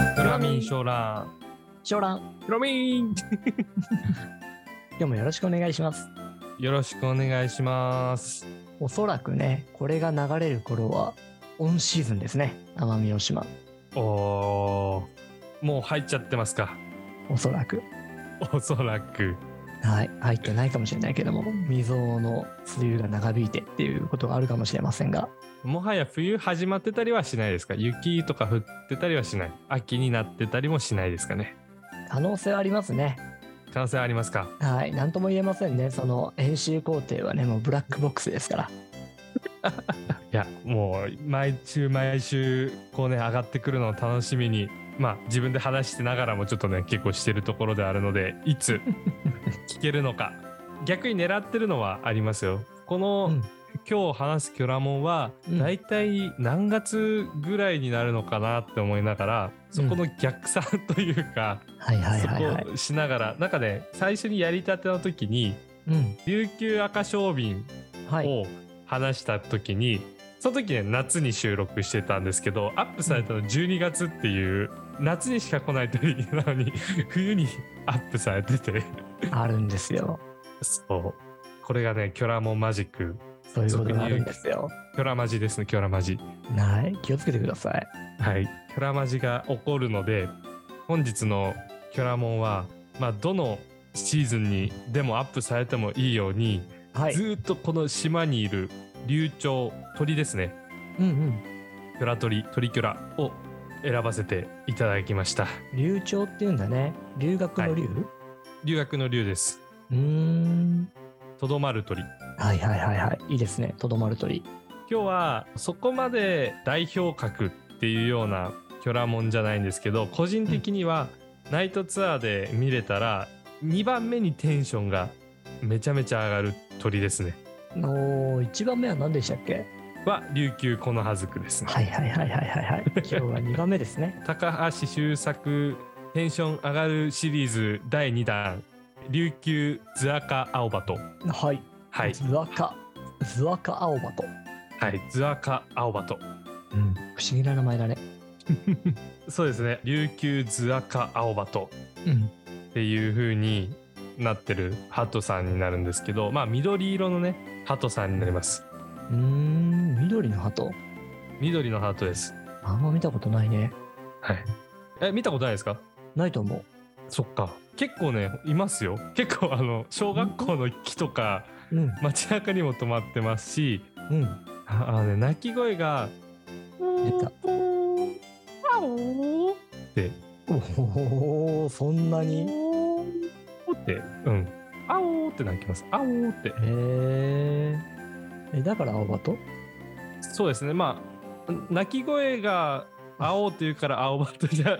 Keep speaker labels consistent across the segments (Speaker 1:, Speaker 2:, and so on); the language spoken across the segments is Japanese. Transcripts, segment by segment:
Speaker 1: ショーラン。
Speaker 2: ショーラン、
Speaker 1: ヒロミン
Speaker 2: 今日もよろしくお願いします。
Speaker 1: よろしくお願いします。
Speaker 2: おそらくね、これが流れる頃は、オンシーズンですね。奄美大島。
Speaker 1: おー、もう入っちゃってますか。
Speaker 2: おそらく。
Speaker 1: おそらく。
Speaker 2: はい。入ってないかもしれないけども、未曾有の梅雨が長引いてっていうことがあるかもしれませんが、
Speaker 1: もはや冬始まってたりはしないですか雪とか降ってたりはしない。秋になってたりもしないですかね。
Speaker 2: 可能性はありますね。
Speaker 1: 可能性ありますか
Speaker 2: はい。なんとも言えませんね。その編集工程はね、もうブラックボックスですから。
Speaker 1: いや、もう毎週毎週、こうね、上がってくるのを楽しみに、まあ自分で話してながらもちょっとね、結構してるところであるので、い つ聞けるのか。逆に狙ってるのはありますよ。この、
Speaker 2: うん
Speaker 1: 今日話すキョラモンは、
Speaker 2: うん
Speaker 1: だいたい何月ぐらいになるのかなって思いながら、そこの逆算というか、
Speaker 2: はいはいはいはい
Speaker 1: そ。こをしながら、なんかね、最初にやりたての時に、
Speaker 2: うん。
Speaker 1: 琉球赤小瓶
Speaker 2: はい。
Speaker 1: を話した時に、その時ね、夏に収録してたんですけど、アップされたの12月っていう、夏にしか来ない時なのに、 冬にアップされてて、
Speaker 2: あるんですよ。
Speaker 1: そう。これがね、キョラモンマジック。
Speaker 2: そういうことがあるんですよ。
Speaker 1: キョラマジですね、キョラマジ。
Speaker 2: はい。気をつけてください。
Speaker 1: はい、キョラマジが起こるので本日のキョラモンは、まあ、どのシーズンにでもアップされてもいいように、
Speaker 2: はい
Speaker 1: ず。ーっとこの島にいる流鳥鳥ですね
Speaker 2: うんうん。
Speaker 1: キョラ鳥鳥キョラを選ばせていただきました
Speaker 2: 流暢っていうんだね留学の流、
Speaker 1: 留学の流です
Speaker 2: うーん
Speaker 1: とどまる鳥
Speaker 2: はいはいはいはいいいですねとどまる鳥
Speaker 1: 今日はそこまで代表格っていうようなキョラモンじゃないんですけど個人的にはナイトツアーで見れたら2番目にテンションがめちゃめちゃ上がる鳥ですね
Speaker 2: おー1番目は何でしたっけ
Speaker 1: は琉球コノハズクですね、
Speaker 2: はいはいはいはいはいはい今日は2番目ですね
Speaker 1: 高橋周作テンション上がるシリーズ第2弾琉球ズアカアオバト
Speaker 2: はい、
Speaker 1: はい
Speaker 2: ズワカズワカアオバト、
Speaker 1: はいズアカアオバト
Speaker 2: うん、不思議な名前だね
Speaker 1: そうですね琉球ズアカアオバト
Speaker 2: うん
Speaker 1: っていう風になってるハトさんになるんですけどまあ緑色のねハトさんになります
Speaker 2: うーん緑の鳩
Speaker 1: 緑のハトです
Speaker 2: あんま見たことないね
Speaker 1: はいえ見たことないですか
Speaker 2: ないと思
Speaker 1: そっか結構ねいますよ結構あの小学校の木とか
Speaker 2: ううん
Speaker 1: 街中にも止まってますし
Speaker 2: うん
Speaker 1: ああのね鳴き声が
Speaker 2: 出た
Speaker 1: で
Speaker 2: おおそんなに
Speaker 1: ってうんあおーって鳴きますあおーって
Speaker 2: へーえだからアオバト
Speaker 1: そうですねまあ鳴き声が青というから青バットじゃ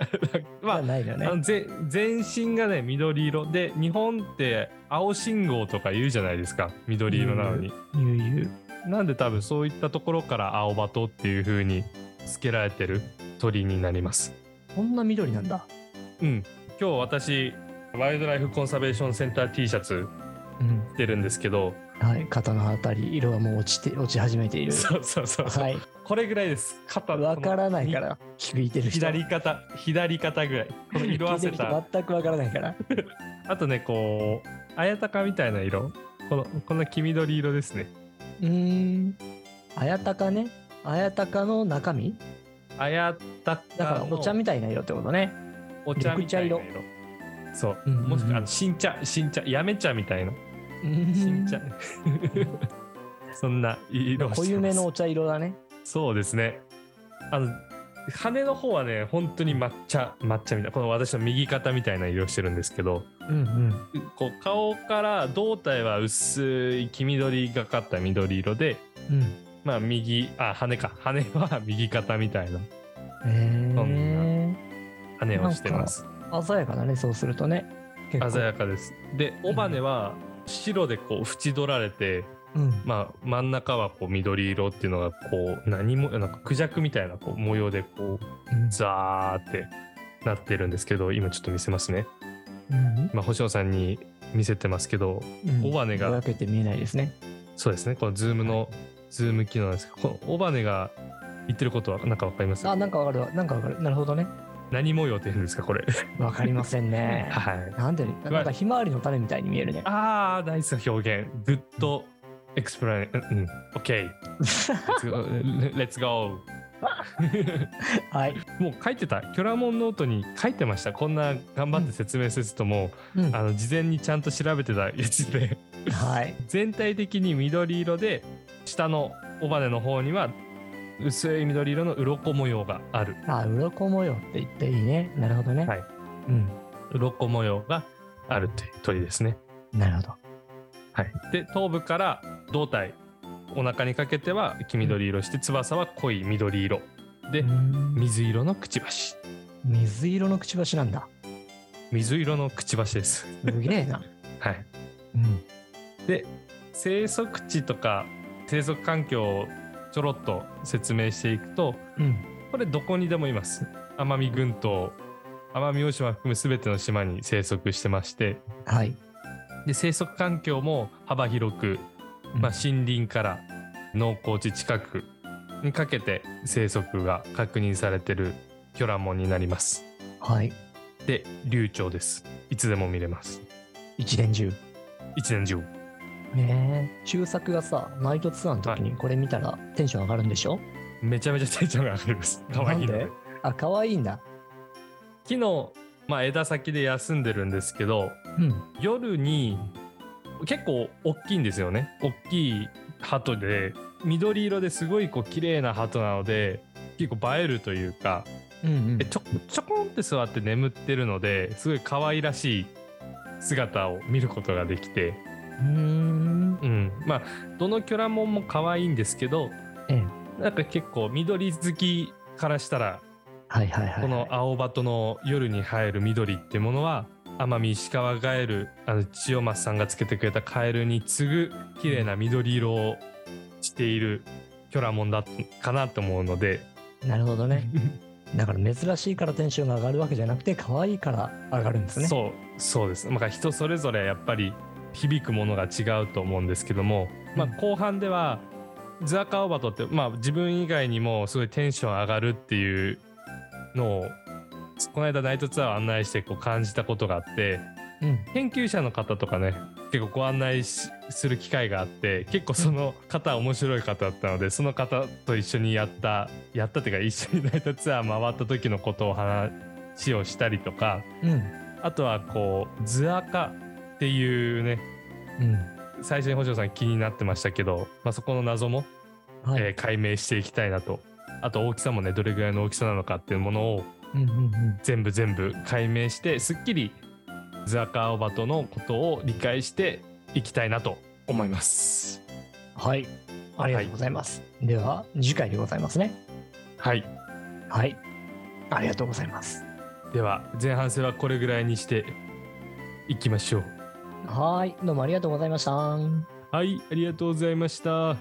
Speaker 1: まあ
Speaker 2: じゃないよね
Speaker 1: あのぜ全身がね緑色で日本って青信号とか言うじゃないですか緑色なのに、
Speaker 2: ゆうゆう
Speaker 1: なんで多分そういったところから青バトっていう風に付けられてる鳥になります
Speaker 2: こんな緑なんだ
Speaker 1: うん今日私ワイルドライフコンサベーションセンター T シャツ
Speaker 2: うん
Speaker 1: 着てるんですけど、
Speaker 2: はい、肩のあたり色がもう落ちて落ち始めている。
Speaker 1: そうそうそうそう、
Speaker 2: はい、
Speaker 1: これぐらいです肩
Speaker 2: わか
Speaker 1: こ
Speaker 2: らないから聞いて
Speaker 1: の
Speaker 2: る人。
Speaker 1: 左肩左肩ぐらいこの色あ
Speaker 2: 聞いて
Speaker 1: せ
Speaker 2: る人
Speaker 1: た
Speaker 2: 全くわからないから。
Speaker 1: あとねこう綾鷹みたいな色このこの黄緑色ですね
Speaker 2: うーん。あやたかね。あやたかの中身
Speaker 1: あやた
Speaker 2: だからお茶みたいな色ってことね。
Speaker 1: お茶みたいな色。そう。
Speaker 2: うんうんうん
Speaker 1: もしくはあの新茶、新茶、やめ茶みたいな。新茶。 そんな色をしてま
Speaker 2: 濃
Speaker 1: す
Speaker 2: ゆめのお茶色だね。
Speaker 1: そうですね。あの、羽の方はね、本当に抹茶、抹茶みたいな、この私の右肩みたいな色してるんですけど、
Speaker 2: うんうん。
Speaker 1: こう顔から胴体は薄い黄緑がかった緑色で、
Speaker 2: うん。
Speaker 1: まあ右、あ、羽か。羽は 右肩みたいなそん
Speaker 2: え
Speaker 1: 羽をしてます。
Speaker 2: ー、鮮やかだね、そうするとね。結構
Speaker 1: 鮮やかです。で、尾羽は白でこう縁取られて、
Speaker 2: うん。
Speaker 1: まあ、真ん中はこう緑色っていうのがこう何もなんかクジャクみたいなこう模様でこう
Speaker 2: うん
Speaker 1: ザーってなってるんですけど今ちょっと見せますね
Speaker 2: うん
Speaker 1: 今星野さんに見せてますけど
Speaker 2: うん
Speaker 1: 尾羽が
Speaker 2: ぼやけて見えないですね。
Speaker 1: そうですねこのズームのズーム機能なんですけどこの尾羽が言ってることはなんかわかります
Speaker 2: あ、なんかわかるわ。なんかわかる。なるほどね。
Speaker 1: 何模様って言うんですか、これ。
Speaker 2: わかりませんね。
Speaker 1: はい。
Speaker 2: なんで、なんかひまわりの種みたいに見えるね。
Speaker 1: ああ、ナイス表現。グッドエクスプレイ。うん、うん。OK。Let's go.
Speaker 2: はい。
Speaker 1: もう書いてた。キョラモンノートに書いてました。こんな頑張って説明せずとも、
Speaker 2: うん
Speaker 1: あの事前にちゃんと調べてたやつで。
Speaker 2: はい。
Speaker 1: 全体的に緑色で下の尾羽の方には薄い緑色の鱗模様がある
Speaker 2: あ、鱗模様って言っていいね。なるほどね。
Speaker 1: はい
Speaker 2: うん。
Speaker 1: 鱗模様があるという鳥ですね、
Speaker 2: なるほど。
Speaker 1: はい、で頭部から胴体お腹にかけては黄緑色して翼は濃い緑色で
Speaker 2: うん
Speaker 1: 水色のくちばし
Speaker 2: 水色のくちばしなんだ。
Speaker 1: 水色のくちばしです
Speaker 2: すげ えな。
Speaker 1: はい
Speaker 2: うん。
Speaker 1: 生息地とか生息環境をちょろっと説明していくと
Speaker 2: うん。
Speaker 1: これどこにでもいます。奄美群島、奄美大島含む全ての島に生息してまして、
Speaker 2: はい。
Speaker 1: で生息環境も幅広く、まあ、森林から農耕地近くにかけて生息が確認されてるキョラモンになります。
Speaker 2: はい。
Speaker 1: で、流暢です。いつでも見れます。
Speaker 2: 一年中。
Speaker 1: 一年中。
Speaker 2: ねえ。中作がさ、ナイトツアーの時にこれ見たらテンション上がるんでしょ
Speaker 1: めちゃめちゃテンションが上がります。可愛いの
Speaker 2: な
Speaker 1: で
Speaker 2: んで。あ、可愛いんだ。
Speaker 1: 木の、まあ、枝先で休んでるんですけど、
Speaker 2: うん。
Speaker 1: 夜に結構大きいんですよね大きい鳩で緑色ですごいこう綺麗な鳩なので結構映えるというか
Speaker 2: うんうん
Speaker 1: え。ちょちょこんって座って眠ってるのですごい可愛らしい姿を見ることができて、
Speaker 2: うーん。
Speaker 1: うん、まあどのキョラモンも可愛いんですけど、
Speaker 2: え
Speaker 1: なんか結構緑好きからしたら
Speaker 2: はいはいはい。
Speaker 1: この青葉との夜に映える緑ってものは奄美石川ガエルあの千代松さんがつけてくれたカエルに次ぐ綺麗な緑色をしているキョラモンだかなと思うので、
Speaker 2: なるほどね。だから珍しいからテンションが上がるわけじゃなくて、可愛いから上がるんですね。
Speaker 1: そうそうです、まあ、人それぞれやっぱり響くものが違うと思うんですけども、まあ、
Speaker 2: うん
Speaker 1: 後半ではズアカオバトって、まあ、自分以外にもすごいテンション上がるっていうのをこの間ナイトツアーを案内してこう感じたことがあって。
Speaker 2: うん。
Speaker 1: 研究者の方とかね結構ご案内しする機会があって結構その方面白い方だったのでその方と一緒にやったやったっていうか一緒にナイトツアー回った時のことを話をしたりとか
Speaker 2: うん。
Speaker 1: あとはこう図赤っていうね
Speaker 2: うん。
Speaker 1: 最初に星野さん気になってましたけど、まあ、そこの謎も、
Speaker 2: はい。
Speaker 1: えー解明していきたいなとあと大きさもねどれぐらいの大きさなのかっていうものを
Speaker 2: うんうんうん。
Speaker 1: 全部全部解明してすっきりズアカオバトのことを理解していきたいなと思います
Speaker 2: はい。ありがとうございます。では、次回でございますね。
Speaker 1: はい
Speaker 2: はい。ありがとうございます。
Speaker 1: では前半戦はこれぐらいにしていきましょう
Speaker 2: はい。どうもありがとうございました。
Speaker 1: はいありがとうございました